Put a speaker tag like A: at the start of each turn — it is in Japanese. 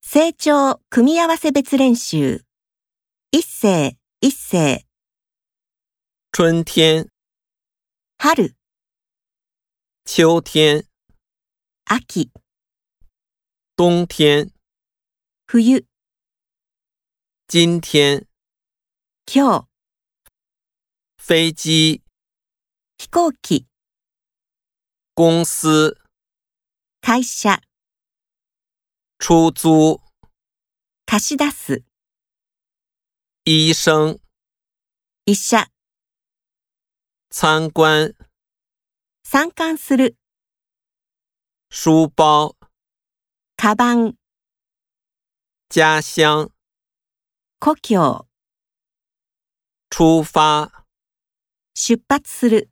A: 成長組み合わせ別練習。一世、一世、
B: 春天、
A: 春、
B: 秋天、
A: 秋、
B: 冬天、
A: 冬、
B: 今天、
A: 今日、
B: 飞机、
A: 飛行機、
B: 公司、
A: 会社、
B: 出租、
A: 貸し出す、
B: 医生、
A: 医者、
B: 参观、
A: 参観する、
B: 书包、
A: カバン、
B: 家乡、
A: 故郷、
B: 出发。
A: 出発する。